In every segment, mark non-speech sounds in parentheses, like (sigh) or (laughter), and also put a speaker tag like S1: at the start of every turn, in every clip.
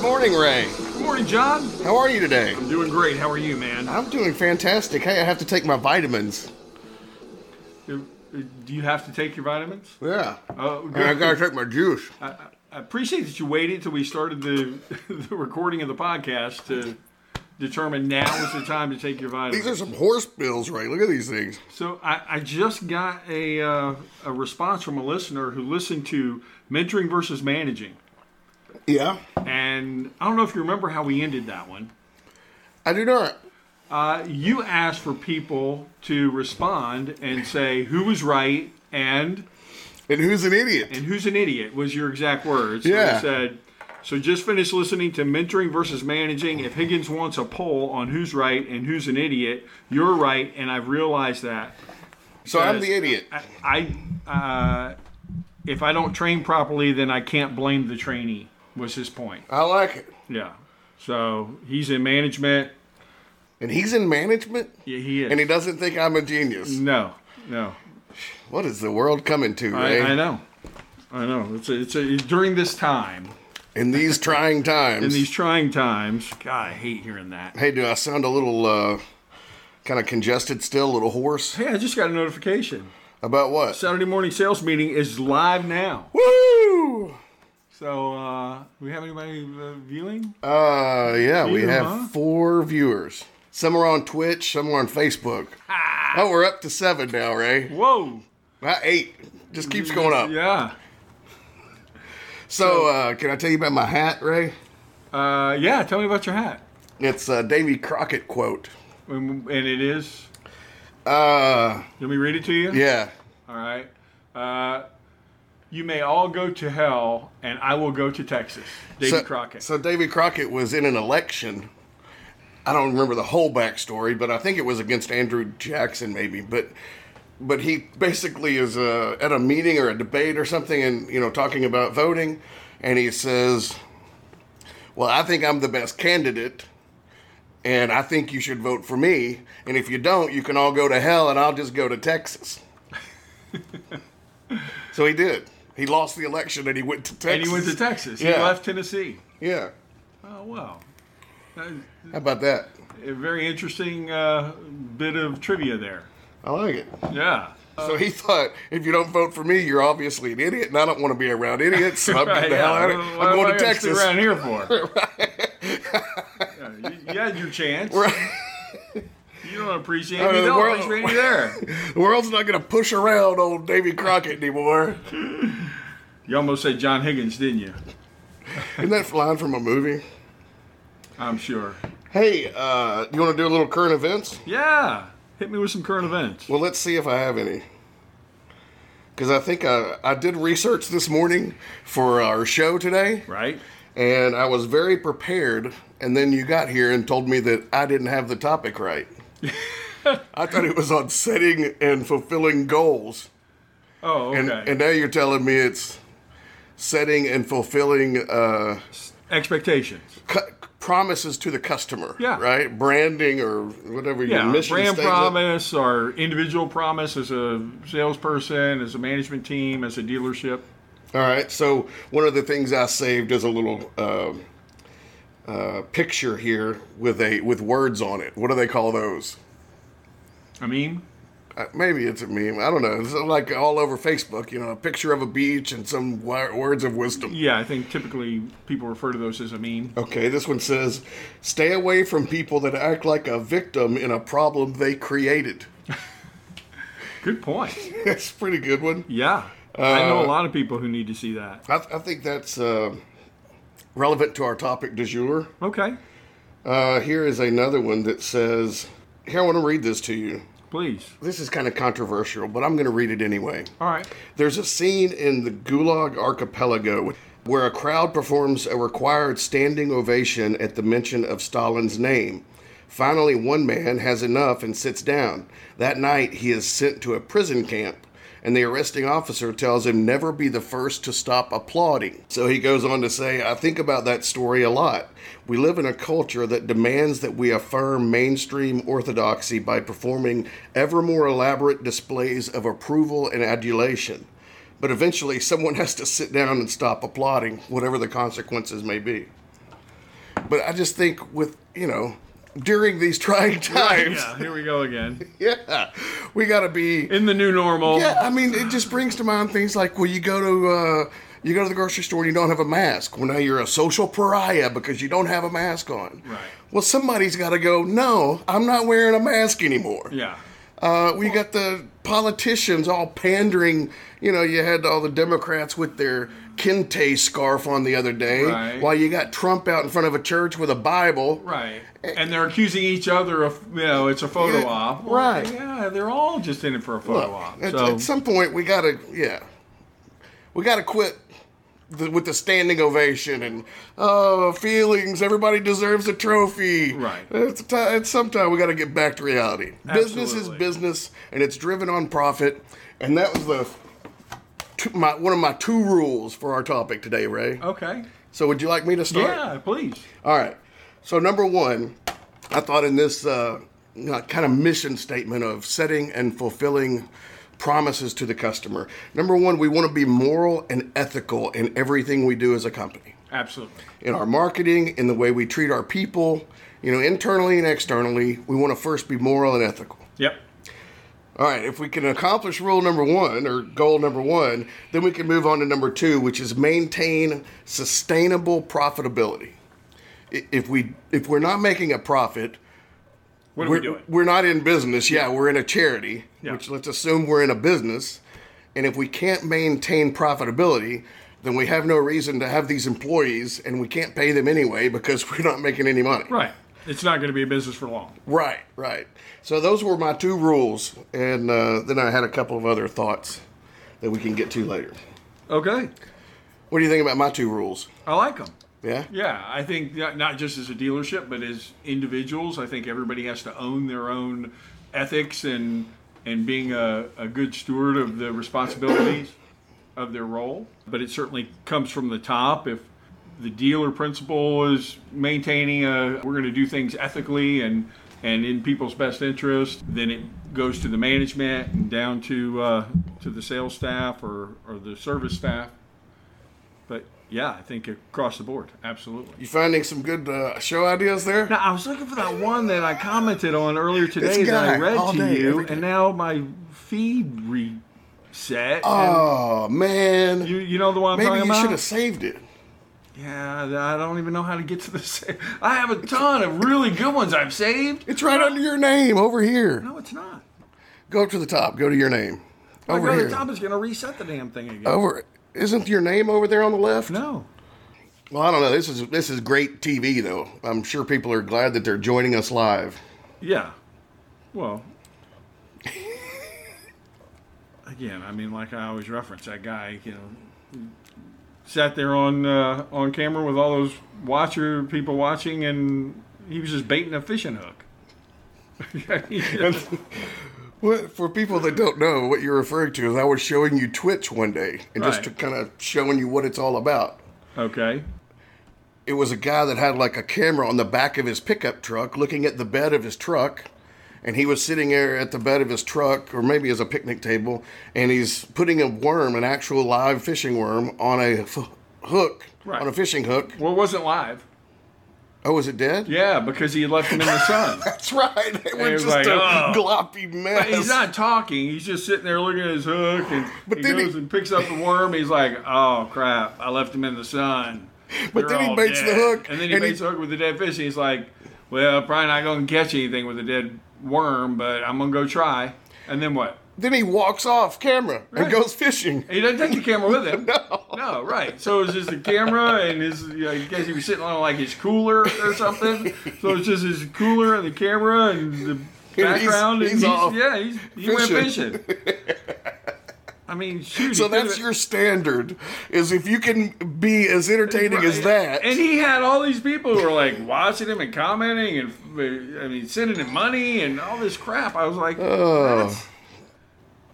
S1: morning, Ray.
S2: Good morning, John.
S1: How are you today?
S2: I'm doing great. How are you, man? Uh,
S1: I'm doing fantastic. Hey, I have to take my vitamins.
S2: Do do you have to take your vitamins?
S1: Yeah.
S2: Oh,
S1: And Uh, I gotta take my juice.
S2: I, I- I appreciate that you waited till we started the, (laughs) the recording of the podcast to determine now is the time to take your
S1: These are
S2: vitamins.
S1: some horse pills, Ray. Look at these things.
S2: So I, I just got a uh, a response from a listener who listened to mentoring versus managing,
S1: Yeah.
S2: and I don't know if you remember how we ended that one.
S1: I do not.
S2: Uh, you asked for people to respond and say who was right and
S1: And who's an idiot?
S2: and who's an idiot was your exact words. So
S1: Yeah.
S2: they said, so just finished listening to mentoring versus managing. If Higgins wants a poll on who's right and who's an idiot, you're right, and I've realized that.
S1: So I'm the idiot.
S2: I, I uh, if I don't train properly, then I can't blame the trainee. Was his point?
S1: I like it.
S2: Yeah. So he's in management.
S1: And he's in management?
S2: Yeah, he is.
S1: And he doesn't think I'm a genius.
S2: no, no.
S1: What is the world coming to,
S2: I,
S1: Ray?
S2: I know. I know. It's a, it's a, during this time,
S1: In (laughs) these trying times.
S2: in these trying times. God, I hate hearing that.
S1: Hey, do I sound a little uh, kind of congested still, a little hoarse?
S2: Hey, I just got a notification.
S1: About what?
S2: Saturday morning sales meeting is live now.
S1: Woo!
S2: So, uh, we have anybody uh, viewing?
S1: Uh, yeah, we
S2: Few,
S1: have
S2: huh?
S1: four viewers. Some are on Twitch, some are on Facebook. Oh, we're up to seven now, Ray.
S2: Whoa!
S1: Well, eight. Just keeps going up.
S2: Yeah.
S1: So, uh, can I tell you about my hat, Ray?
S2: Uh, yeah. Tell me about your hat.
S1: It's a Davy Crockett quote.
S2: And and it is.
S1: Uh,
S2: Let me to read it to you.
S1: yeah.
S2: All right. Uh, you may all go to hell, and I will go to Texas. David
S1: so,
S2: Crockett.
S1: So Davy Crockett was in an election. I don't remember the whole backstory, but I think it was against Andrew Jackson, maybe. But but he basically is uh, at a meeting or a debate or something, and you know talking about voting, and he says, "Well, I think I'm the best candidate." And I think you should vote for me. And if you don't, you can all go to hell and I'll just go to
S2: (laughs)
S1: Texas. so he did. He lost the election and he went to Texas.
S2: and he went to Texas. He
S1: Yeah.
S2: left Tennessee.
S1: Yeah.
S2: Oh wow. Uh,
S1: How about that?
S2: A very interesting uh, bit of trivia there.
S1: I like it.
S2: Yeah.
S1: So he thought, if you don't vote for me, you're obviously an idiot, and I don't want to be around idiots. So (laughs) I'm getting the hell out of
S2: What-
S1: here.
S2: what-
S1: I'm
S2: what
S1: going
S2: I
S1: to
S2: gotta stick
S1: Texas.
S2: around here for.
S1: (laughs)
S2: Yeah, you, you had your chance. You don't appreciate me.
S1: the
S2: No,
S1: world-
S2: world, me there.
S1: The world's not going to push around old Davy Crockett anymore.
S2: You almost said John Higgins, didn't you?
S1: Isn't that line from a movie?
S2: I'm sure.
S1: Hey, uh, you want to do a little current events?
S2: Yeah. Hit me with some current events.
S1: Well, let's see if I have any. Because I think I, I did research this morning for our show today,
S2: Right?
S1: and I was very prepared. And then you got here and told me that I didn't have the topic
S2: (laughs)
S1: right. I thought it was on setting and fulfilling goals.
S2: Oh, okay.
S1: And, and now you're telling me it's setting and fulfilling uh,
S2: Expectations.
S1: cu- promises to the customer,
S2: Yeah.
S1: right? Branding or whatever
S2: Yeah.
S1: your mission
S2: Brand
S1: statement.
S2: promise or individual promise as a salesperson, as a management team, as a dealership.
S1: All right. So one of the things I saved is a little um uh, picture here with a with words on it. What do they call those?
S2: I mean,
S1: Uh, Maybe it's a meme. I don't know. It's like all over Facebook, you know, a picture of a beach and some wi- words of wisdom.
S2: yeah, I think typically people refer to those as a meme.
S1: Okay, this one says, "Stay away from people that act like a victim in a problem they created." (laughs)
S2: Good point.
S1: That's a pretty good one.
S2: Yeah. I
S1: Uh,
S2: know a lot of people who need to see that.
S1: I, I think that's uh, relevant to our topic du jour.
S2: Okay.
S1: Uh, here is another one that says, "Here, I want to read this to you.
S2: Please.
S1: This is kind of controversial, but I'm going to read it anyway."
S2: All right.
S1: There's a scene in the Gulag Archipelago where a crowd performs a required standing ovation at the mention of Stalin's name. Finally, one man has enough and sits down. That night, he is sent to a prison camp, and the arresting officer tells him never be the first to stop applauding. So he goes on to say, I think about that story a lot. We live in a culture that demands that we affirm mainstream orthodoxy by performing ever more elaborate displays of approval and adulation. But eventually, someone has to sit down and stop applauding, whatever the consequences may be. But I just think with, you know, during these trying times,
S2: Yeah, here we go again.
S1: (laughs) yeah, we got to be
S2: In the new normal.
S1: Yeah, I mean, it just brings to mind things like, well, you go to uh, you go to the grocery store and you don't have a mask. Well, now you're a social pariah because you don't have a mask on.
S2: Right.
S1: Well, somebody's got to go. No, I'm not wearing a mask anymore.
S2: Yeah.
S1: Uh, we got the politicians all pandering. You know, you had all the Democrats with their kente scarf on the other day,
S2: Right.
S1: while you got Trump out in front of a church with a Bible.
S2: Right. And they're accusing each other of, you know, it's a photo
S1: Yeah,
S2: op.
S1: right.
S2: Yeah, they're all just in it for a photo op.
S1: At,
S2: So,
S1: at some point, we gotta, yeah, we gotta quit the, with the standing ovation and oh feelings. Everybody deserves a trophy.
S2: Right.
S1: It's ti at some time we gotta get back to reality. Business is
S2: Absolutely.
S1: business, and it's driven on profit. And that was the two, my one of my two rules for our topic today, Ray.
S2: okay.
S1: So would you like me to start?
S2: Uh, Yeah, please.
S1: All right. So number one, I thought in this uh, kind of mission statement of setting and fulfilling promises to the customer. Number one, we want to be moral and ethical in everything we do as a company,
S2: Absolutely.
S1: in our marketing, in the way we treat our people. You know, internally and externally, we want to first be moral and ethical.
S2: Yep.
S1: All right, if we can accomplish rule number one or goal number one, then we can move on to number two, which is maintain sustainable profitability. I- If we if we're not making a profit,
S2: What are
S1: we're,
S2: we doing?
S1: we're not in business. Yeah, we're in a charity,
S2: Yeah.
S1: which let's assume we're in a business. And if we can't maintain profitability, then we have no reason to have these employees, and we can't pay them anyway because (laughs) we're not making any money.
S2: Right. It's not going to be a business for long.
S1: Right, right. So those were my two rules, and uh, then I had a couple of other thoughts that we can get to later.
S2: Okay.
S1: What do you think about my two rules?
S2: I like them.
S1: Yeah.
S2: Yeah, I think not not just as a dealership, but as individuals, I think everybody has to own their own ethics and and being a, a good steward of the responsibilities of their role. But it certainly comes from the top. If the dealer principle is maintaining a we're going to do things ethically and and in people's best interest, then it goes to the management and down to uh, to the sales staff or, or the service staff. But yeah, I think across the board, absolutely.
S1: You finding some good uh, show ideas there?
S2: Now, I was looking for that one that I commented on earlier today
S1: This
S2: that
S1: guy,
S2: I read
S1: all
S2: to
S1: day,
S2: you,
S1: every day.
S2: and now my feed reset. and
S1: Oh man,
S2: you, you know the one I'm
S1: maybe
S2: talking
S1: you
S2: about?
S1: should have saved it.
S2: Yeah, I don't even know how to get to the (laughs) save. I have a ton of really good ones I've saved.
S1: It's right under your name over here.
S2: No, it's not.
S1: Go up to the top. Go to your name.
S2: My
S1: Over
S2: brother
S1: here. Oh.
S2: Tom is going to reset the damn thing again.
S1: Over. Isn't your name over there on the left?
S2: No.
S1: Well, I don't know. This is this is great TV though. I'm sure people are glad that they're joining us live. (laughs)
S2: Yeah. Well. Again, I mean, like I always reference that guy, you know, sat there on uh, on camera with all those watcher people watching, and he was just baiting a fishing hook. (laughs)
S1: What, for people that don't know, what you're referring to is I was showing you Twitch one day and just
S2: Right.
S1: to kind of showing you what it's all about.
S2: okay.
S1: It was a guy that had like a camera on the back of his pickup truck looking at the bed of his truck. And he was sitting there at the bed of his truck, or maybe as a picnic table, and he's putting a worm, an actual live fishing worm, on a f- hook,
S2: Right.
S1: on a fishing hook.
S2: Well, it wasn't live.
S1: Oh, is it dead?
S2: Yeah, because he left him in the sun.
S1: That's right. (laughs) They were
S2: was
S1: just
S2: like,
S1: a
S2: "Oh."
S1: gloppy mess.
S2: He's not talking. He's just sitting there looking at his hook,
S1: (laughs)
S2: and he
S1: then he-
S2: goes and picks up the worm. He's like, "Oh crap! I left him in the sun."
S1: But
S2: They're
S1: then he
S2: all
S1: baits the
S2: dead."
S1: hook,
S2: and then he
S1: and he-
S2: baits the hook with the dead fish. And he's like, "Well, probably not going to catch anything with a dead worm, but I'm going to go try." And then what?
S1: Then he walks off camera
S2: Right.
S1: and goes fishing.
S2: He doesn't take the camera
S1: (laughs)
S2: with him. no. right. So it was just the camera and his, you know, I guess he was sitting on like his cooler or something. So it's just his cooler and the camera and the
S1: And he's-
S2: background.
S1: he's off
S2: and yeah, he's, he
S1: fishing.
S2: went fishing. I mean, shoot. (laughs)
S1: So
S2: he could've-
S1: that's your standard is if you can be as entertaining as that.
S2: And he had all these people who were like watching him and commenting and, I mean, sending him money and all this crap. I was like,
S1: Uh,
S2: that's,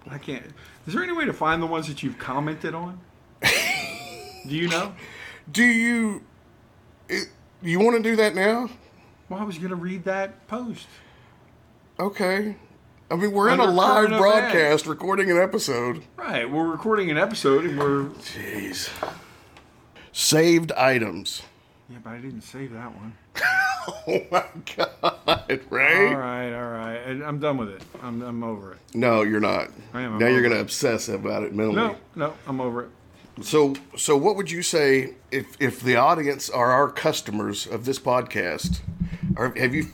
S2: I can't. Is there any way to find the ones that you've
S1: (laughs)
S2: commented on? Do you know?
S1: do you it- you want to do that now?
S2: Well, I was going to read that post.
S1: Okay. I mean, we're in a
S2: Under
S1: live
S2: current event.
S1: broadcast recording an episode.
S2: Right, we're recording an episode and we're
S1: Jeez. Saved items. (laughs)
S2: Yeah, but I didn't save that one.
S1: Oh my God, right?
S2: All right, all right. I- I'm done with it. I'm, I'm over it.
S1: No, you're not.
S2: I am, I'm
S1: now you're
S2: over
S1: going to obsess about it mentally.
S2: No, no, I'm over it.
S1: So, so what would you say if if the audience are our customers of this podcast? Are, have you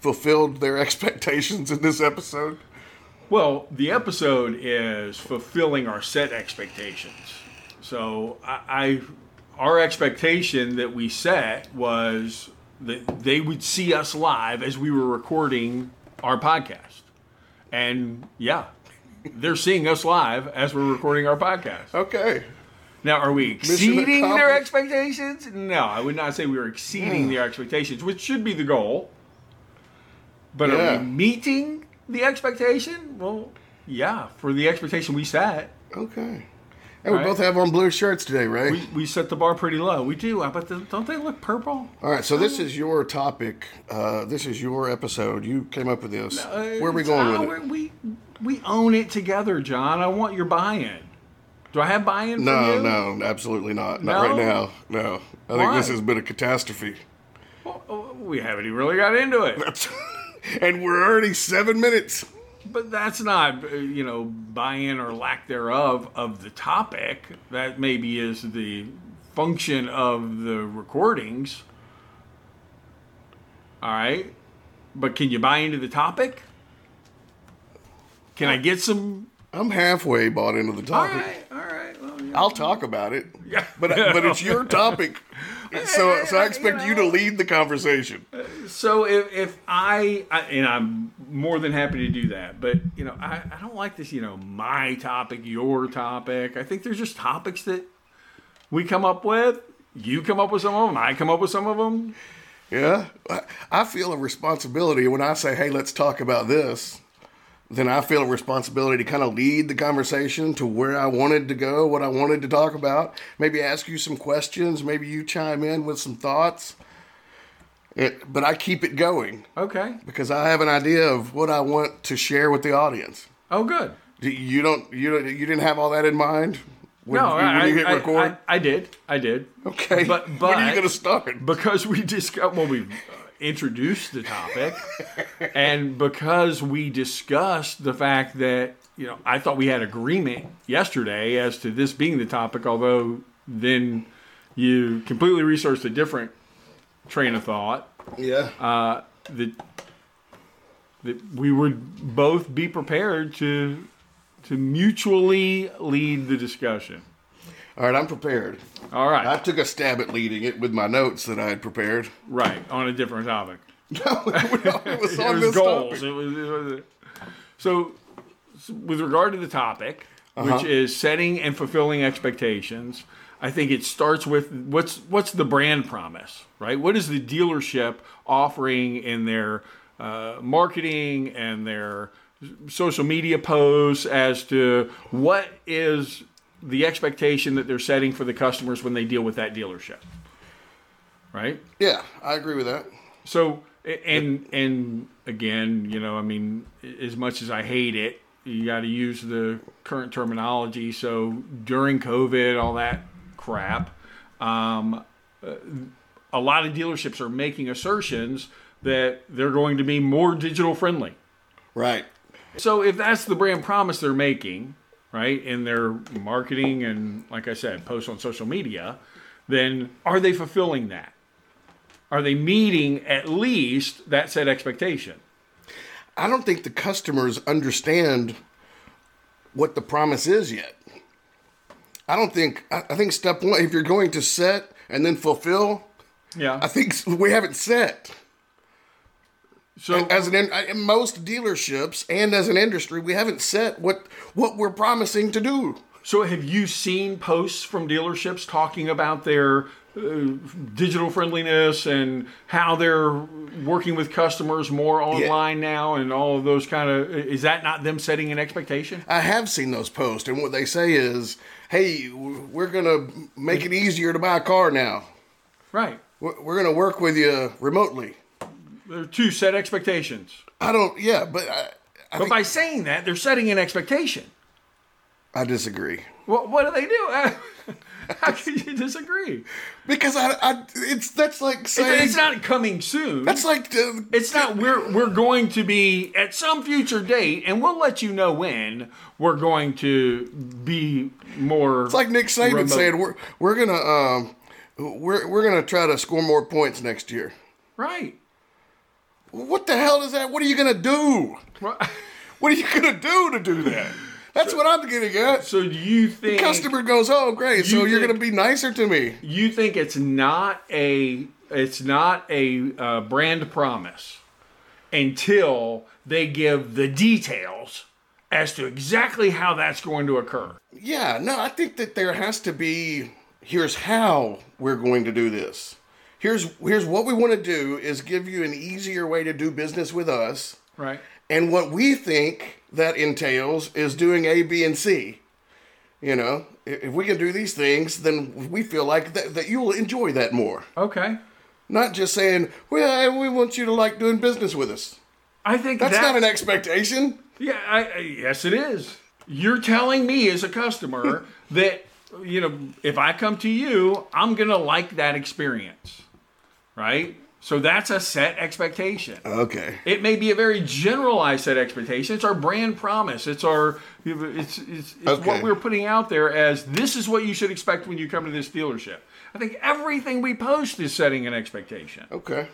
S1: fulfilled their (laughs) expectations in this episode?
S2: Well, the episode is fulfilling our set expectations. So I, I our expectation that we set was that they would see us live as we were recording our podcast. And yeah, they're seeing us live as we're recording our podcast.
S1: Okay.
S2: Now, are we exceeding their
S1: accomplished. Hmm.
S2: expectations? No, I would not say we were exceeding their expectations, which should be the goal. But are
S1: Yeah.
S2: we meeting the expectation? Well, yeah, for the expectation we set,
S1: Okay. And we
S2: right.
S1: both have on blue shirts today, right?
S2: we, we set the bar pretty low. We do, uh, but the, don't they look purple?
S1: All right. So
S2: Oh.
S1: this is your topic. Uh, this is your episode. You came up with this.
S2: Uh,
S1: Where are we
S2: it's
S1: going with
S2: our-
S1: it?
S2: We we own it together, John. I want your buy-in. Do I have buy-in? from
S1: No,
S2: you?
S1: no, absolutely not. Not
S2: No?
S1: right now. No. I think this
S2: Why?
S1: has been a catastrophe. (laughs)
S2: Well, uh, we haven't even really got into it.
S1: and we're already seven minutes.
S2: But that's not, uh, you know, buy-in or lack thereof of the topic. That maybe is the function of the recordings. All right, but can you buy into the topic? Can I get some?
S1: I'm halfway bought into the
S2: All
S1: topic.
S2: right, all right. Well, yeah.
S1: I'll talk about it.
S2: Yeah.
S1: But but it's your topic. So so I expect you to lead the conversation.
S2: So if, if I, I and I'm more than happy to do that, but you know I, I don't like this you know my topic your topic. I think there's just topics that we come up with. You come up with some of them. I come up with some of them.
S1: Yeah. I- I feel a responsibility when I say, "Hey, let's talk about this." Then I feel a responsibility to kind of lead the conversation to where I wanted to go, what I wanted to talk about. Maybe ask you some questions. Maybe you chime in with some thoughts. It, but I keep it going
S2: Okay.
S1: because I have an idea of what I want to share with the audience.
S2: Oh, good.
S1: Do- You don't you don't, you didn't have all that in mind when,
S2: No,
S1: when
S2: I,
S1: you hit
S2: I,
S1: record.
S2: I, I did. I did.
S1: okay, (laughs)
S2: but-
S1: when are
S2: but-
S1: you going to start?
S2: because we discuss well we uh, introduced the topic and because we discussed the fact that you know i thought we had agreement yesterday as to this being the topic although then you completely researched a different train of thought
S1: yeah,
S2: Uh, that that we would both be prepared to to mutually lead the discussion
S1: all right, I'm prepared.
S2: all right
S1: I took a stab at leading it with my notes that I had prepared. (laughs)
S2: right on a different topic
S1: No,
S2: (laughs)
S1: it was on
S2: it was
S1: this
S2: goals.
S1: topic.
S2: It was, it was- so, s- with regard to the topic, which is setting and fulfilling expectations, I think it starts with what's what's the brand promise, right? What is the dealership offering in their uh, marketing and their s- social media posts as to what is the expectation that they're setting for the customers when they deal with that dealership, right?
S1: Yeah, I agree with that.
S2: So a- and and again, you know, I mean, a- as much as I hate it, you got to use the current terminology. So during COVID, all that crap, um, uh, a lot of dealerships are making assertions that they're going to be more digital friendly.
S1: Right.
S2: So if that's the brand promise they're making, right, in their marketing and like I said, posts on social media, then are they fulfilling that? Are they meeting at least that set expectation?
S1: I don't think the customers understand what the promise is yet. I don't think. I, I think step one, if you're going to set and then fulfill,
S2: Yeah.
S1: I think (laughs) s- we haven't set.
S2: So
S1: as an in, uh, in most dealerships and as an industry, we haven't set what what we're promising to do.
S2: so have you seen posts from dealerships talking about their uh, digital friendliness and how they're working with customers more online now and all of those kind of is that not them setting an expectation?
S1: I have seen those posts, and what they say is, "Hey, w- we're gonna make it easier to buy a car now.
S2: Right.
S1: We're we're gonna work with you remotely."
S2: There are two set expectations.
S1: I don't. Yeah, but I, I,
S2: But by saying that, they're setting an expectation.
S1: I disagree.
S2: What, what do (laughs) they do? How can you disagree?
S1: because I, I it's that's like saying
S2: It's, it's not coming soon.
S1: that's like uh, the,
S2: It's not we're we're going to be at some future date, and we'll let you know when we're going to be more.
S1: It's like Nick Saban
S2: remote.
S1: saying we're we're gonna um, we're we're gonna try to score more points next year.
S2: right.
S1: What the hell is that? What are you gonna do?
S2: Well, (laughs)
S1: What are you gonna do to do that? That's what I'm getting at.
S2: So do you think
S1: Customer goes, oh great, so
S2: You
S1: you're
S2: think-
S1: gonna be nicer to me.
S2: you think it's not a it's not a uh, brand promise until they give the details as to exactly how that's going to occur.
S1: Yeah, no, I think that there has to be here's how we're going to do this. Here's here's what we want to do is give you an easier way to do business with us,
S2: Right.
S1: and what we think that entails is doing A, B, and C. You know, i- if we can do these things, then we feel like that, that you'll enjoy that more.
S2: Okay.
S1: Not just saying, well, we want you to like doing business with us.
S2: I think
S1: That's
S2: that-
S1: not an expectation.
S2: Yeah, I, I, yes, it is. You're telling me as a
S1: (laughs)
S2: customer that you know if I come to you, I'm gonna like that experience, right? So that's a set expectation.
S1: Uh. Okay.
S2: It may be a very generalized set expectation. It's our brand promise. It's our it's it's, it's
S1: Okay.
S2: what we're putting out there as this is what you should expect when you come to this dealership. I think everything we post is setting an expectation
S1: Okay.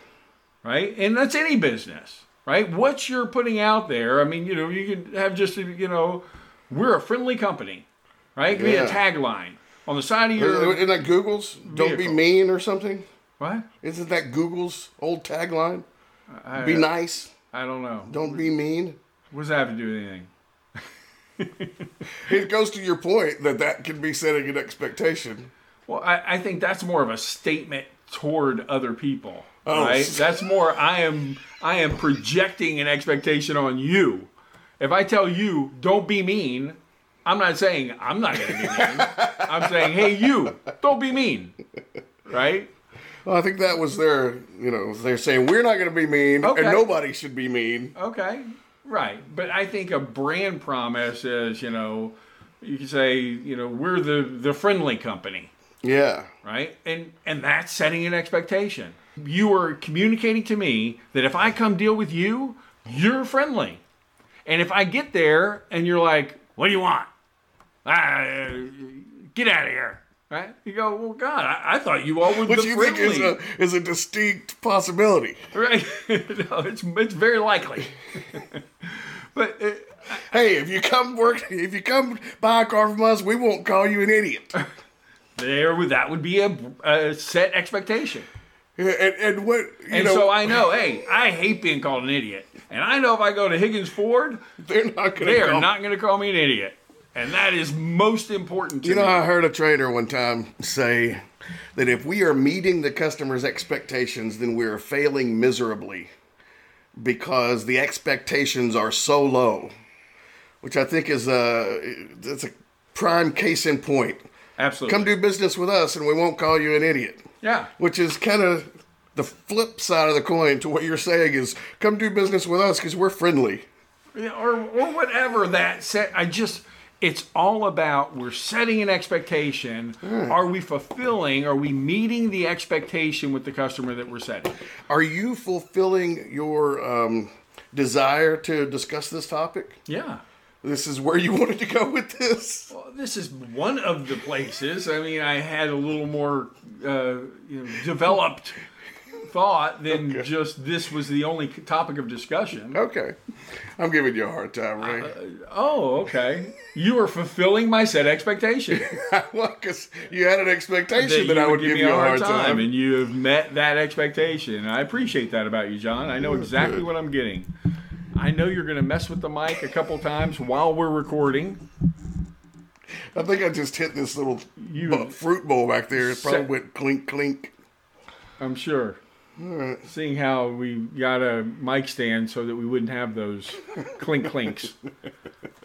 S2: right? And that's any business, right? What you're putting out there, I mean, you know, you could have just, you know, we're a friendly company, right? Could
S1: Yeah.
S2: Be a tagline on the side of your
S1: Isn't that Google's? Don't be
S2: Vehicle.
S1: mean or something?
S2: what?
S1: Isn't that Google's old tagline? be nice,
S2: I don't know.
S1: don't be mean.
S2: What does that have to do with anything?
S1: It goes to your point that that can be setting an expectation.
S2: Well, I, I think that's more of a statement toward other people,
S1: Oh.
S2: right? That's more. I am I am projecting an expectation on you. If I tell you don't be mean, I'm not saying I'm not going to be mean.
S1: (laughs)
S2: I'm saying hey you don't be mean, right?
S1: Well, I think that was their, you know, they're saying we're not going to be mean
S2: Okay.
S1: and nobody should be mean.
S2: Okay, right. But I think a brand promise is you know you can say you know we're the the friendly company.
S1: Yeah.
S2: right? And and that's setting an expectation. You are communicating to me that if I come deal with you, you're friendly. And if I get there and you're like, "What do you want? Ah, get out of here!" Right? You go, "Well, God, I, I thought you all were
S1: Which
S2: the
S1: you think
S2: friendly."
S1: is a, is a distinct possibility.
S2: (laughs) Right? no, it's it's very likely. (laughs) but uh,
S1: Hey, if you come work, if you come buy a car from us, we won't call you an idiot. (laughs)
S2: there, that would be a, a set expectation.
S1: and, and what, you
S2: And
S1: know,
S2: so I know, hey, I hate being called an idiot. And I know if I go to Higgins Ford,
S1: (laughs) they're not going
S2: They
S1: to
S2: are
S1: call.
S2: not going to call me an idiot, and that is most important to
S1: you know,
S2: me.
S1: I heard a trainer one time say that if we are meeting the customer's expectations, then we are failing miserably because the expectations are so low, which I think is a, that's a prime case in point.
S2: Absolutely.
S1: Come do business with us and we won't call you an idiot.
S2: yeah.
S1: which is kind of the flip side of the coin to what you're saying is come do business with us because we're friendly
S2: Yeah, or or whatever that set. I just it's all about we're setting an expectation.
S1: Hmm.
S2: Are we fulfilling? Are we meeting the expectation with the customer that we're setting?
S1: are you fulfilling your um, desire to discuss this topic
S2: Yeah.
S1: this is where you (laughs) wanted to go with this
S2: Well, this is one of the places. I mean, I had a little more uh, you know, developed thought than just this was the only topic of discussion.
S1: okay i'm giving you a hard time right
S2: Oh, okay. You are fulfilling my set expectation.
S1: because you had an expectation (laughs) that,
S2: you
S1: i would give, you a hard time,
S2: and you have met that expectation. I appreciate that about you, John. I know exactly what I'm getting. I know you're going to mess with the mic a couple times while we're recording.
S1: i think i just hit this little
S2: You-
S1: bu- fruit bowl back there it probably
S2: Set-
S1: went clink clink (laughs)
S2: I'm sure. Seeing how we got a mic stand so that we wouldn't have those clink clinks.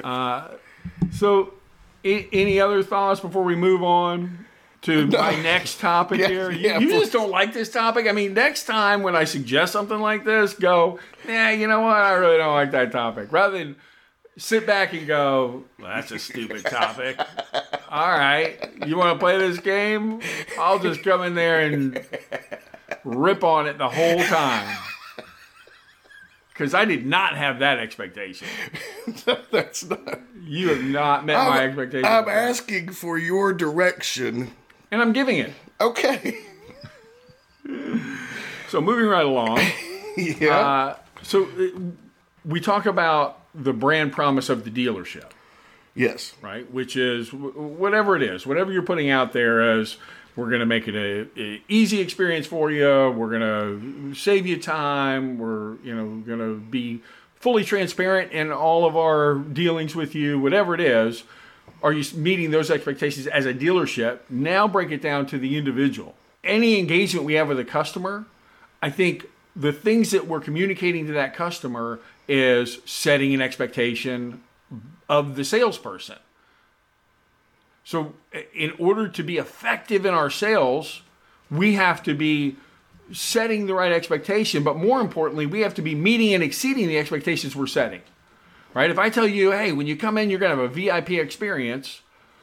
S2: Uh, so, a- any other thoughts before we move on to my next topic here? You-
S1: yeah,
S2: you
S1: please.
S2: just don't like this topic. I mean, next time when I suggest something like this, go, nah, you know what? I really don't like that topic. Rather than sit back and go, well, that's a stupid topic. All right. You want to play this game? I'll just come in there and rip on it the whole time. Because I did not have that expectation.
S1: That's not.
S2: You have not met my
S1: Oh, I'm-
S2: expectations.
S1: I'm asking for your direction.
S2: and I'm giving it.
S1: Okay. (laughs)
S2: So moving right along.
S1: yeah.
S2: Uh, so uh, we talk about the brand promise of the dealership.
S1: yes.
S2: right? Which is wh- whatever it is, whatever you're putting out there as we're going to make it a, a easy experience for you. We're going to save you time. We're you know going to be fully transparent in all of our dealings with you. Whatever it is, are you s- meeting those expectations as a dealership? Now break it down to the individual. Any engagement we have with a customer, I think the things that we're communicating to that customer is setting an expectation of the salesperson. So, i- in order to be effective in our sales, we have to be setting the right expectation, but more importantly, we have to be meeting and exceeding the expectations we're setting. Right? If I tell you, hey, when you come in, you're going to have a VIP experience,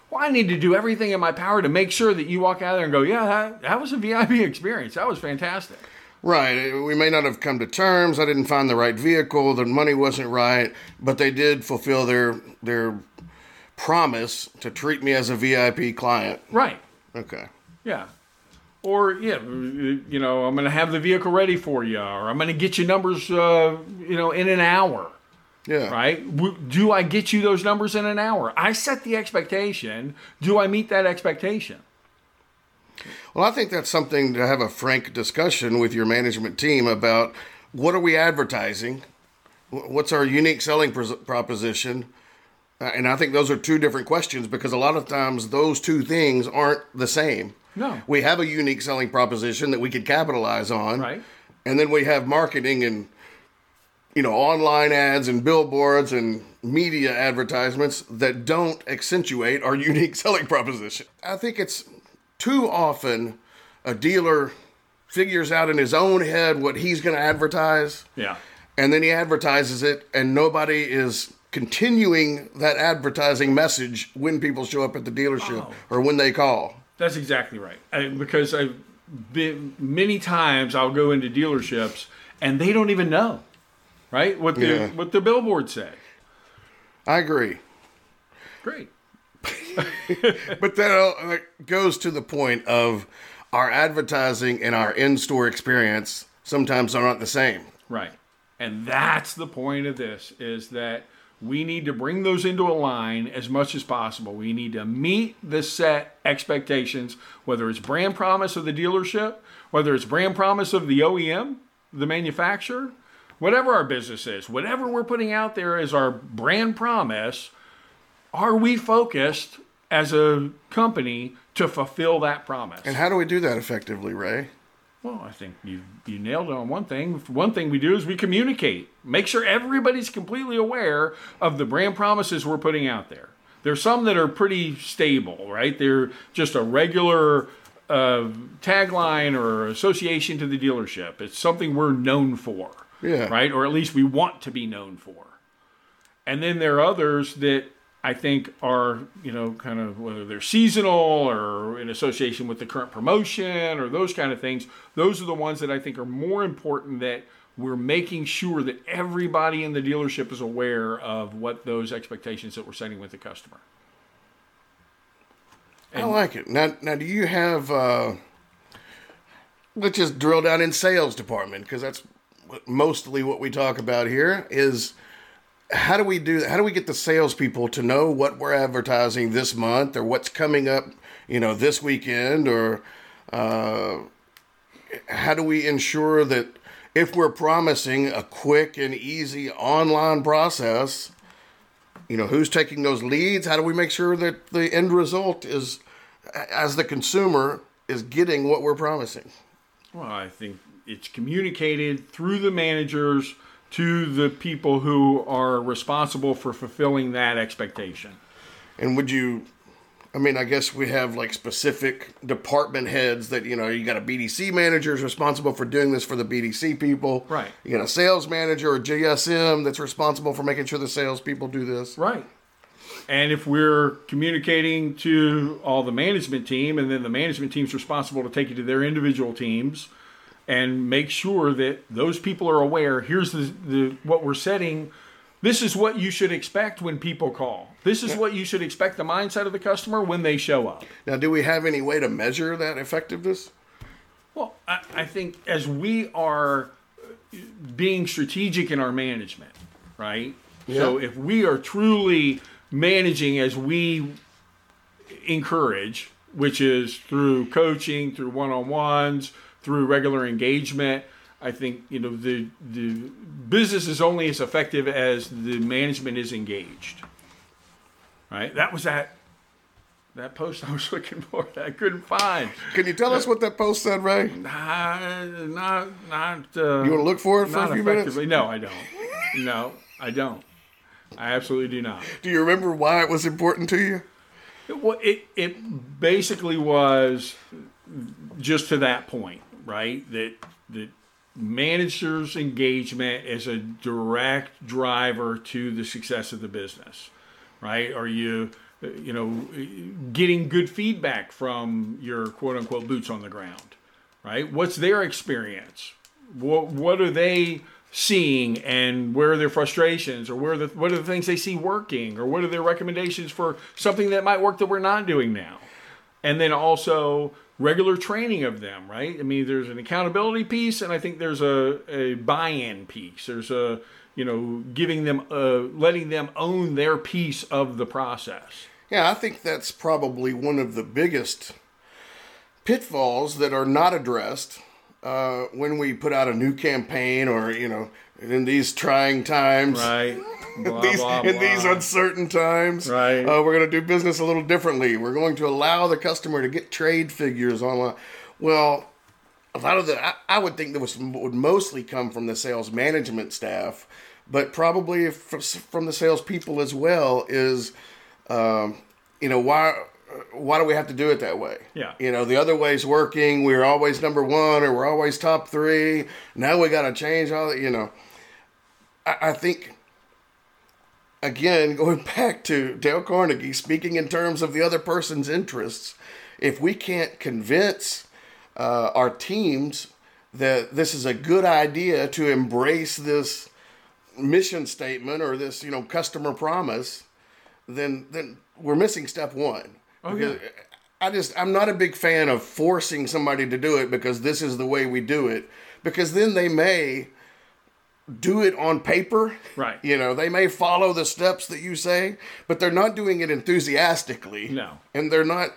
S2: well, I need to do everything in my power to make sure that you walk out of there and go, yeah, that, that was a VIP (laughs) experience. That was fantastic.
S1: Right. eh, We may not have come to terms. I didn't find the right vehicle. The money wasn't right, but they did fulfill their their promise to treat me as a VIP client.
S2: Right.
S1: Okay.
S2: Yeah. Or yeah, you know, I'm going to have the vehicle ready for you, or I'm going to get you numbers, uh, you know, in an hour.
S1: Yeah.
S2: Right? W- Do I get you those numbers in an hour? I set the expectation. Do I meet that expectation?
S1: Well, I think that's something to have a frank discussion with your management team about what are we advertising? Wh- What's our unique selling pres- proposition? Uh, And I think those are two different questions because a lot of times those two things aren't the same.
S2: No.
S1: We have a unique selling proposition that we could capitalize on.
S2: Right.
S1: And then we have marketing and you know, online ads and billboards and media advertisements that don't accentuate our (laughs) unique selling proposition. I think it's too often a dealer figures out in his own head what he's going to advertise
S2: Yeah.
S1: and then he advertises it and nobody is continuing that advertising message when people show up at the dealership or when they call.
S2: That's exactly right. I, because I've been many times I'll go into dealerships and they don't even know, right? What the
S1: Yeah.
S2: what the billboard said.
S1: I agree.
S2: Great.
S1: But that uh, goes to the point of our advertising and our in-store experience sometimes are not the same.
S2: Right. And that's the point of this is that we need to bring those into a line as much as possible. We need to meet the set expectations, whether it's brand promise of the dealership, whether it's brand promise of the OEM, the manufacturer, whatever our business is, whatever we're putting out there is our brand promise. Are we focused as a company to fulfill that promise?
S1: And how do we do that effectively, Ray?
S2: Well, I think you you nailed it on one thing. One thing we do is we communicate. Make sure everybody's completely aware of the brand promises we're putting out there. There's some that are pretty stable, right? They're just a regular uh, tagline or association to the dealership. It's something we're known for,
S1: Yeah.
S2: right? Or at least we want to be known for. And then there are others that I think are, you know, kind of whether they're seasonal or in association with the current promotion or those kind of things. Those are the ones that I think are more important that we're making sure that everybody in the dealership is aware of what those expectations that we're setting with the customer.
S1: I like it. Now, now, do you have? Uh, let's just drill down in sales department because that's what- mostly what we talk about here. Is how do we do? How do we get the salespeople to know what we're advertising this month or what's coming up? You know, this weekend or uh, how do we ensure that if we're promising a quick and easy online process? you know who's taking those leads how do we make sure that the end result is as the consumer is getting what we're promising
S2: Well, I think it's communicated through the managers to the people who are responsible for fulfilling that expectation.
S1: and would you I mean, I guess we have like specific department heads that, you know, you got a BDC manager is responsible for doing this for the BDC people.
S2: Right.
S1: You got a sales manager or JSM that's responsible for making sure the salespeople do this.
S2: Right. And if we're communicating to all the management team, and then the management team's responsible to take you to their individual teams and make sure that those people are aware here's the, the what we're setting. This is what you should expect when people call. This is what you should expect the mindset of the customer when they show up.
S1: Now, do we have any way to measure that effectiveness?
S2: Well, I, I think as we are uh, being strategic in our management, right? So if we are truly managing as we encourage, which is through coaching, through one-on-ones, through regular engagement, I think you know the the business is only as effective as the management is engaged. Right? That was that that post I was (laughs) looking for that I couldn't find.
S1: Can you tell us what that post said, Ray?
S2: Uh, not not. Uh,
S1: You want to look for it for
S2: not
S1: a few minutes?
S2: effectively. No, I don't. No, I don't. I absolutely do not.
S1: Do you remember why it was important to you?
S2: It, wa- it it basically was just to that point, right? That that managers' engagement is a direct driver to the success of the business, right? Are you you know getting good feedback from your quote unquote boots on the ground, right? What's their experience? What what are they seeing and where are their frustrations or where are the what are the things they see working or what are their recommendations for something that might work that we're not doing now? And then also regular training of them, right? I mean, there's an accountability piece and I think there's a, a buy-in piece. There's a you know, giving them, uh, letting them own their piece of the process.
S1: Yeah, I think that's probably one of the biggest pitfalls that are not addressed uh, when we put out a new campaign or, you know, in these trying times. (laughs)
S2: Right. Blah,
S1: these,
S2: blah,
S1: in these
S2: blah.
S1: uncertain times,
S2: Right.
S1: uh, we're going to do business a little differently. We're going to allow the customer to get trade figures online. Well, a lot of the I, I would think that was would mostly come from the sales management staff, but probably if, from the sales people as well. Is um, you know why why do we have to do it that way?
S2: Yeah.
S1: you know the other way's working. We're always number one, or we're always top three. Now we got to change all. You know, I, I think again, (laughs) going back to Dale Carnegie, speaking in terms of the other person's interests, if we can't convince uh, our teams that this is a good idea to embrace this mission statement or this, you know, customer promise, then then we're missing step one. Oh,
S2: yeah.
S1: I just I'm not a big fan of forcing somebody to do it because this is the way we do it because then they may do it on paper.
S2: Right.
S1: You know, they may follow the steps that you say, but they're not doing it enthusiastically.
S2: No.
S1: And they're not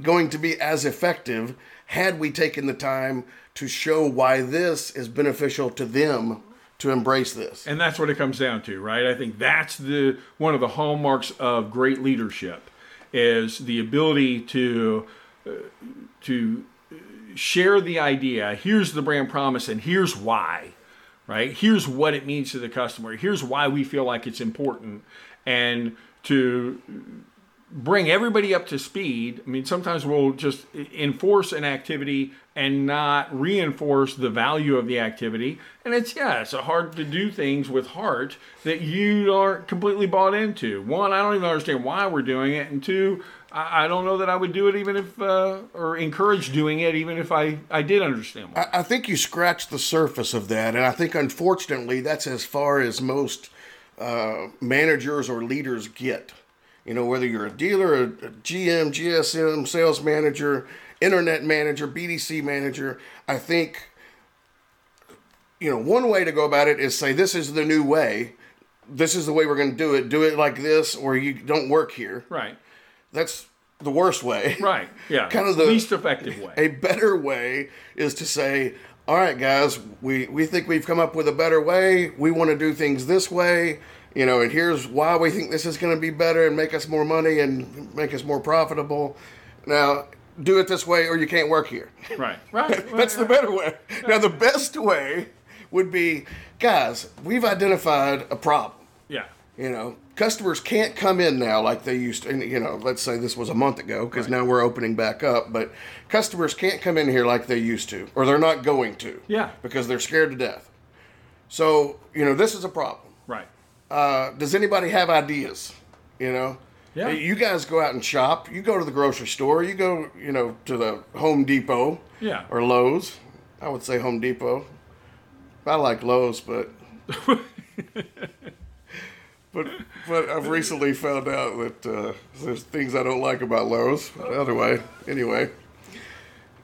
S1: going to be as effective had we taken the time to show why this is beneficial to them to embrace this.
S2: And that's what it comes down to, right? I think that's the one of the hallmarks of great leadership is the ability to uh, to share the idea. Here's the brand promise and here's why. Right? Here's what it means to the customer. Here's why we feel like it's important and to bring everybody up to speed. I mean, sometimes we'll just e, enforce an activity and not reinforce the value of the activity. And it's, yeah, it's hard to do things with heart that you aren't completely bought into. One, I don't even understand why we're doing it. And two, I, I don't know that I would do it even if, uh, or encourage doing it even if I, I did understand why.
S1: I think you scratch the surface of that, and I think unfortunately that's as far as most uh, managers or leaders get. You know, whether you're a dealer, a, a GM, GSM, sales manager, internet manager, BDC manager, I think you know one way to go about it is say this is the new way, this is the way we're going to do it. Do it like this, or you don't work here.
S2: Right.
S1: That's the worst way.
S2: Right. Yeah.
S1: Kind of the-
S2: least effective way.
S1: A better way is to say, all right, guys, we, we think we've come up with a better way. We want to do things this way, you know, and here's why we think this is going to be better and make us more money and make us more profitable. Now, do it this way or you can't work here. (laughs)
S2: Right. Right.
S1: That's the better way. Now, the best way would be, guys, we've identified a problem.
S2: Yeah.
S1: You know, customers can't come in now like they used to, and, you know, let's say this was a month ago because now we're opening back up, but customers can't come in here like they used to, or they're not going to.
S2: Yeah.
S1: Because they're scared to death. So, you know, this is a problem.
S2: Right.
S1: Uh, does anybody have ideas? You know?
S2: Yeah.
S1: You guys go out and shop. You go to the grocery store. You go, you know, to the Home Depot
S2: Yeah.
S1: or Lowe's. I would say Home Depot. I like Lowe's,
S2: (laughs)
S1: but but but I've recently found out that uh, there's things I don't like about Lowe's. But anyway, anyway,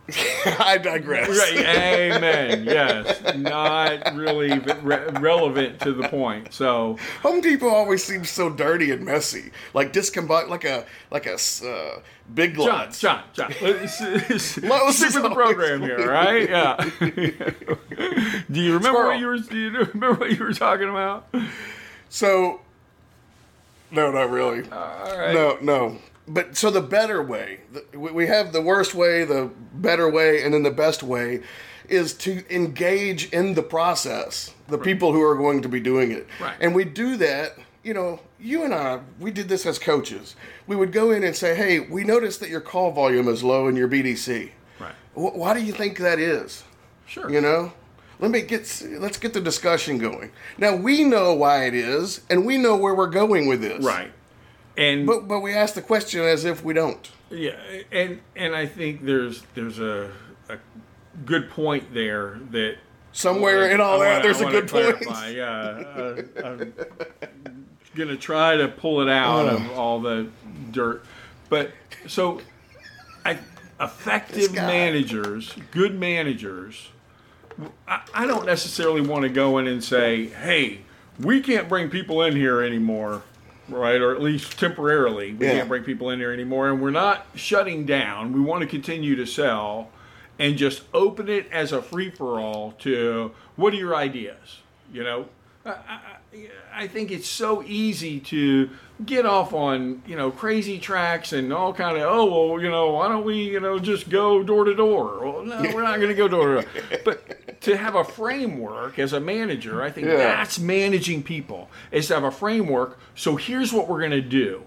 S1: (laughs) I digress. (laughs)
S2: Right. Amen. Yes. Not really re- relevant to the point. So,
S1: Home Depot always seems so dirty and messy, like discombobulated, like a like a uh, big
S2: John,
S1: lots.
S2: John, John, (laughs) let's, let's
S1: Lowe's
S2: stick
S1: is
S2: with the
S1: always
S2: program here,
S1: (laughs)
S2: right? Yeah. do you remember what
S1: Squirrel.
S2: you were? Do you remember what you were talking about?
S1: So, no, not really.
S2: All right.
S1: No, no. But so the better way, the, we we have the worst way, the better way, and then the best way is to engage in the process, the people who are going to be doing it.
S2: Right.
S1: And we do that, you know, you and I, we did this as coaches. We would go in and say, hey, we noticed that your call volume is low in your BDC.
S2: Right.
S1: Wh- Why do you think that is?
S2: Sure.
S1: You know, let me get let's get the discussion going. Now we know why it is, and we know where we're going with this.
S2: Right. And
S1: But but we ask the question as if we don't.
S2: Yeah, and and I think there's there's a, a good point there that
S1: Somewhere in all
S2: I
S1: that,
S2: wanna-
S1: there's
S2: I
S1: a
S2: wanna
S1: good
S2: clarify,
S1: point.
S2: Yeah, uh, I'm gonna try to pull it out
S1: Oh.
S2: of all the dirt, but so I, effective
S1: guy.
S2: managers, good managers. I, I don't necessarily want to go in and say, "Hey, we can't bring people in here anymore." Right, or at least temporarily, we
S1: Yeah.
S2: can't bring people in here anymore, and we're not shutting down. We want to continue to sell, and just open it as a free for all to what are your ideas? You know, I, I, I think it's so easy to get off on you know crazy tracks and all kind of oh well you know why don't we you know just go door to door? Well, no, we're not going to go door to door. But to have a framework as a manager, I think
S1: Yeah.
S2: that's managing people is to have a framework. So here's what we're going to do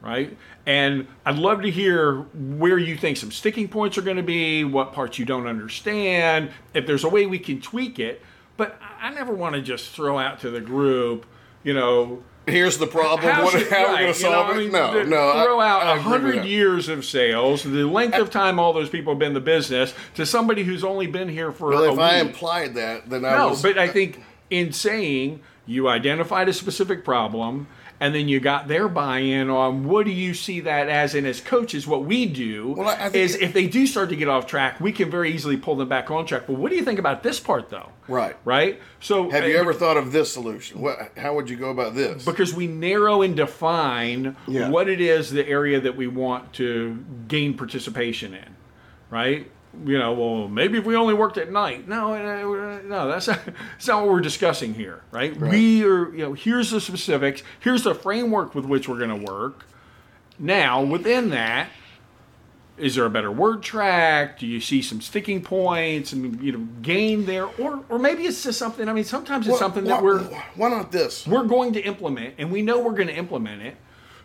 S2: right? And I'd love to hear where you think some sticking points are going to be, what parts you don't understand, if there's a way we can tweak it. But I I never want to just throw out to the group, you know,
S1: (laughs) Here's the problem. What,
S2: should-
S1: how
S2: right,
S1: we're
S2: you
S1: going to solve
S2: know, I
S1: it?
S2: mean,
S1: no,
S2: th-
S1: no. I-
S2: Throw
S1: I
S2: out a
S1: agree with
S2: hundred
S1: that.
S2: years of sales, the length of time all those people have been in the business, to somebody who's only been here for
S1: Well,
S2: a
S1: if I
S2: week.
S1: implied that, then I
S2: No,
S1: was.
S2: but I think in saying you identified a specific problem and then you got their buy-in on what do you see that as and as coaches what we do
S1: Well, I- I think-
S2: is if they do start to get off track we can very easily pull them back on track but what do you think about this part though
S1: Right.
S2: right so
S1: have you
S2: uh,
S1: ever thought of this solution? What, how would you go about this?
S2: because we narrow and define
S1: Yeah.
S2: what it is the area that we want to gain participation in right you know well maybe if we only worked at night no uh, no that's (laughs) not, that's not what we're discussing here right? we are you know here's the specifics here's the framework with which we're going to work now within that is there a better word track? Do you see some sticking points and you know gain there, or or maybe it's just something? I mean, sometimes it's something that
S1: why,
S2: we're
S1: Why not this?
S2: we're going to implement and we know we're going to implement it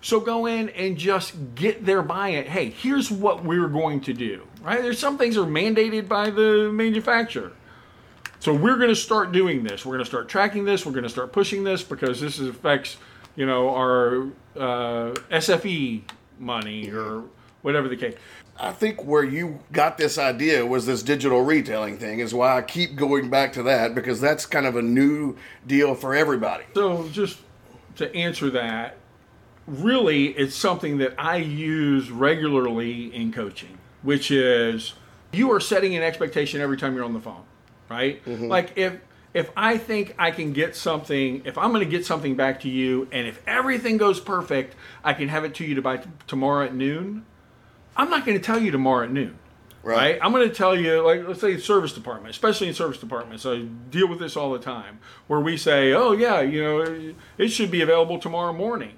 S2: so go in and just get their buy-in hey here's what we're going to do right there's some things are mandated by the manufacturer so we're going to start doing this we're going to start tracking this we're going to start pushing this because this is- affects you know our uh, sfe money or whatever the case
S1: I think where you got this idea was this digital retailing thing, is why I keep going back to that because that's kind of a new deal for everybody.
S2: So, just to answer that, really, it's something that I use regularly in coaching, which is you are setting an expectation every time you're on the phone, right? Like if if I think I can get something, if I'm going to get something back to you, and if everything goes perfect, I can have it to you to by t- tomorrow at noon. I'm not going to tell you tomorrow at noon. Right. I'm going to tell you, like, let's say service department, especially in service departments, I deal with this all the time, where we say, oh, yeah, you know, it should be available tomorrow morning.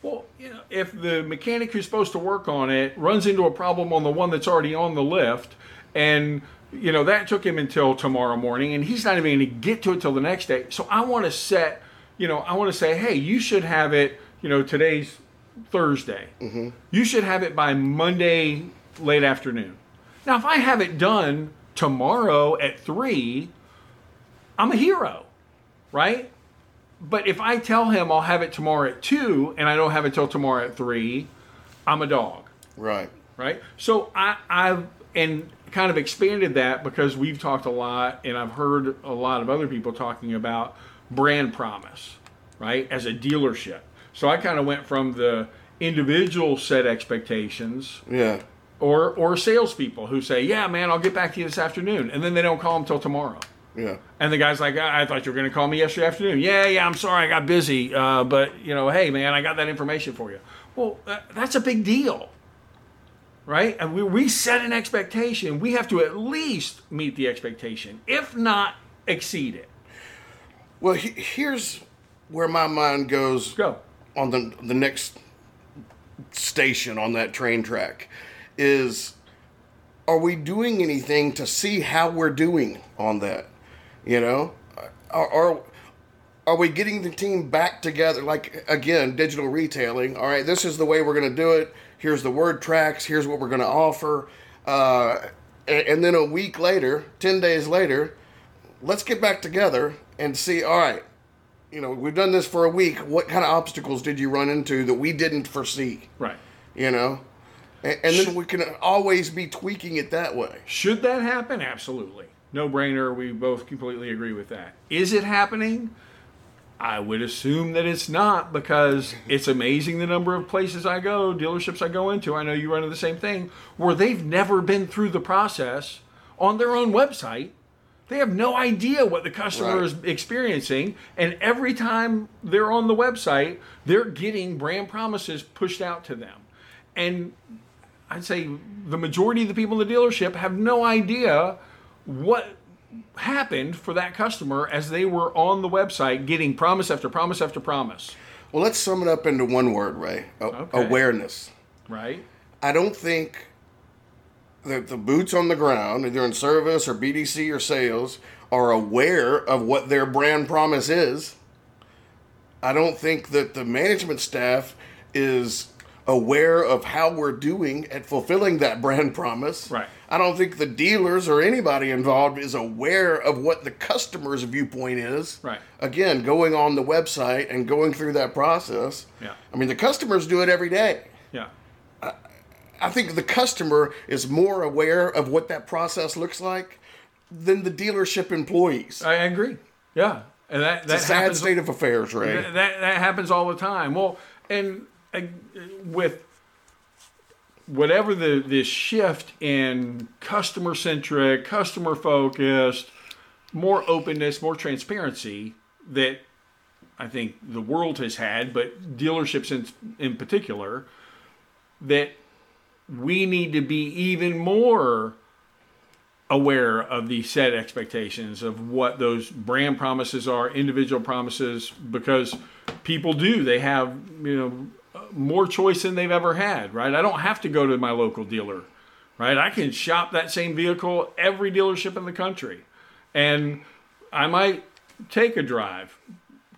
S2: Well, you know, if the mechanic who's supposed to work on it runs into a problem on the one that's already on the lift, and, you know, that took him until tomorrow morning, and he's not even going to get to it till the next day. So I want to set, you know, I want to say, hey, you should have it, you you know, today's Thursday. You should have it by Monday late afternoon. Now, if I have it done tomorrow at three, I'm a hero, right? But if I tell him I'll have it tomorrow at two and I don't have it till tomorrow at three, I'm a dog
S1: Right.
S2: right? So I, I've and kind of expanded that because we've talked a lot, and I've heard a lot of other people talking about brand promise, right? As a dealership. So I kind of went from the individual set expectations
S1: Yeah.
S2: or or salespeople who say, "Yeah, man, I'll get back to you this afternoon," and then they don't call them till tomorrow.
S1: Yeah.
S2: And the guy's like, I I thought you were going to call me yesterday afternoon. Yeah, yeah, I'm sorry, I got busy. Uh, but, you know, hey, man, I got that information for you. Well, uh, that's a big deal, right? And we, we set an expectation. We have to at least meet the expectation, if not exceed it.
S1: Well, he, here's where my mind goes
S2: Go.
S1: on the the next station on that train track is are we doing anything to see how we're doing on that? You know, are are, are we getting the team back together? Like again, digital retailing. All right, this is the way we're going to do it. Here's the word tracks. Here's what we're going to offer. Uh, and, and then a week later, ten days later, let's get back together and see. All right, you know, we've done this for a week. What kind of obstacles did you run into that we didn't foresee?
S2: Right.
S1: You know, and, and then we can always be tweaking it that way.
S2: Should that happen? Absolutely. No brainer. We both completely agree with that. Is it happening? I would assume that it's not because it's amazing the number of places I go, dealerships I go into. I know you run into the same thing where they've never been through the process on their own website. They have no idea what the customer
S1: Right.
S2: is experiencing. And every time they're on the website, they're getting brand promises pushed out to them. And I'd say the majority of the people in the dealership have no idea what happened for that customer as they were on the website getting promise after promise after promise,
S1: Well, let's sum it up into one word, Ray. A-
S2: Okay.
S1: Awareness.
S2: right?
S1: I don't think that the boots on the ground, either in service or BDC or sales, are aware of what their brand promise is. I don't think that the management staff is aware of how we're doing at fulfilling that brand promise.
S2: Right.
S1: I don't think the dealers or anybody involved is aware of what the customer's viewpoint is.
S2: Right.
S1: Again, going on the website and going through that process.
S2: Yeah.
S1: I mean, the customers do it every day.
S2: Yeah.
S1: I think the customer is more aware of what that process looks like than the dealership employees.
S2: I agree. Yeah. And that, that
S1: It's a sad
S2: happens
S1: state of affairs, Ray.
S2: that, that that happens all the time. Well, and uh, with whatever the this shift in customer centric, customer focused, more openness, more transparency that I think the world has had, but dealerships in in particular, that we need to be even more aware of the set expectations of what those brand promises are, individual promises, because people do. They have you know more choice than they've ever had, right? I don't have to go to my local dealer, right? I can shop that same vehicle every dealership in the country, and I might take a drive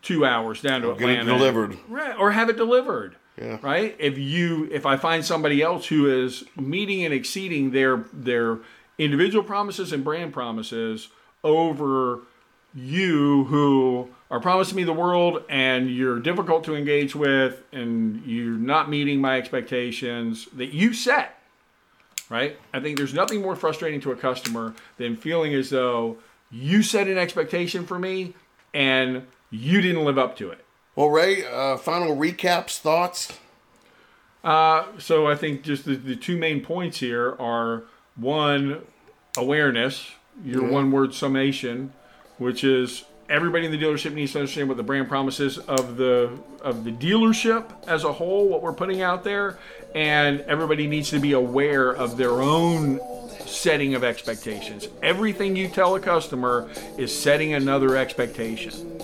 S2: two hours down to
S1: Get it
S2: Atlanta,
S1: delivered.
S2: right, or have it delivered. Right. If you, if I find somebody else who is meeting and exceeding their their individual promises and brand promises over you, who are promising me the world and you're difficult to engage with and you're not meeting my expectations that you set, right? I think there's nothing more frustrating to a customer than feeling as though you set an expectation for me and you didn't live up to it.
S1: Well, Ray, uh, final recaps, thoughts?
S2: So I think just the, the two main points here are one, awareness, your one word summation, which is everybody in the dealership needs to understand what the brand promises of the of the dealership as a whole, what we're putting out there, and everybody needs to be aware of their own setting of expectations. Everything you tell a customer is setting another expectation.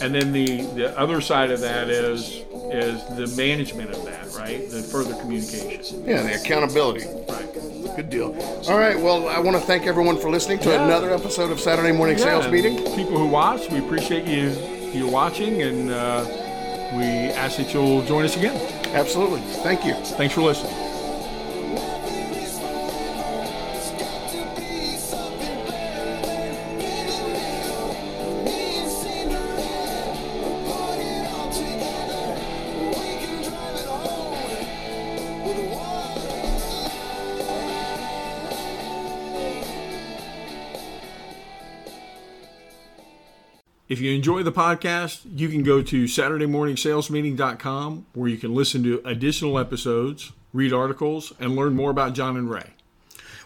S2: And then the, the other side of that is is the management of that, right? The further communication.
S1: Yeah, the accountability.
S2: Right.
S1: Good deal. All right, well, I want to thank everyone for listening to
S2: Yeah.
S1: another episode of Saturday Morning Sales
S2: Yeah,
S1: Meeting.
S2: People who watch, we appreciate you you watching, and uh, we ask that you'll join us again.
S1: Absolutely. Thank you.
S2: Thanks for listening. If you enjoy the podcast, you can go to SaturdayMorningSalesMeeting.com where you can listen to additional episodes, read articles, and learn more about John and Ray.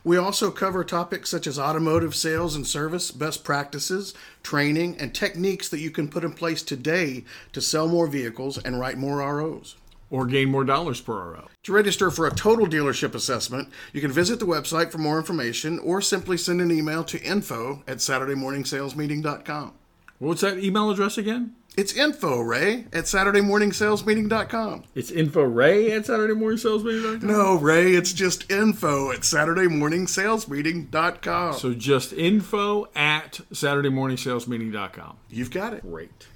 S1: We also cover topics such as automotive sales and service, best practices, training, and techniques that you can put in place today to sell more vehicles and write more ROs.
S2: Or gain more dollars per RO.
S1: To register for a total dealership assessment, you can visit the website for more information or simply send an email to info at SaturdayMorningSalesMeeting.com.
S2: What's that email address again?
S1: It's info, Ray, at SaturdayMorningSalesMeeting.com.
S2: It's info ray at Saturday Morning Sales Meeting.
S1: No, Ray, it's just info at SaturdayMorningSalesMeeting.com.
S2: So just info at Saturday Morning Sales Meeting.com.
S1: You've got it.
S2: Great.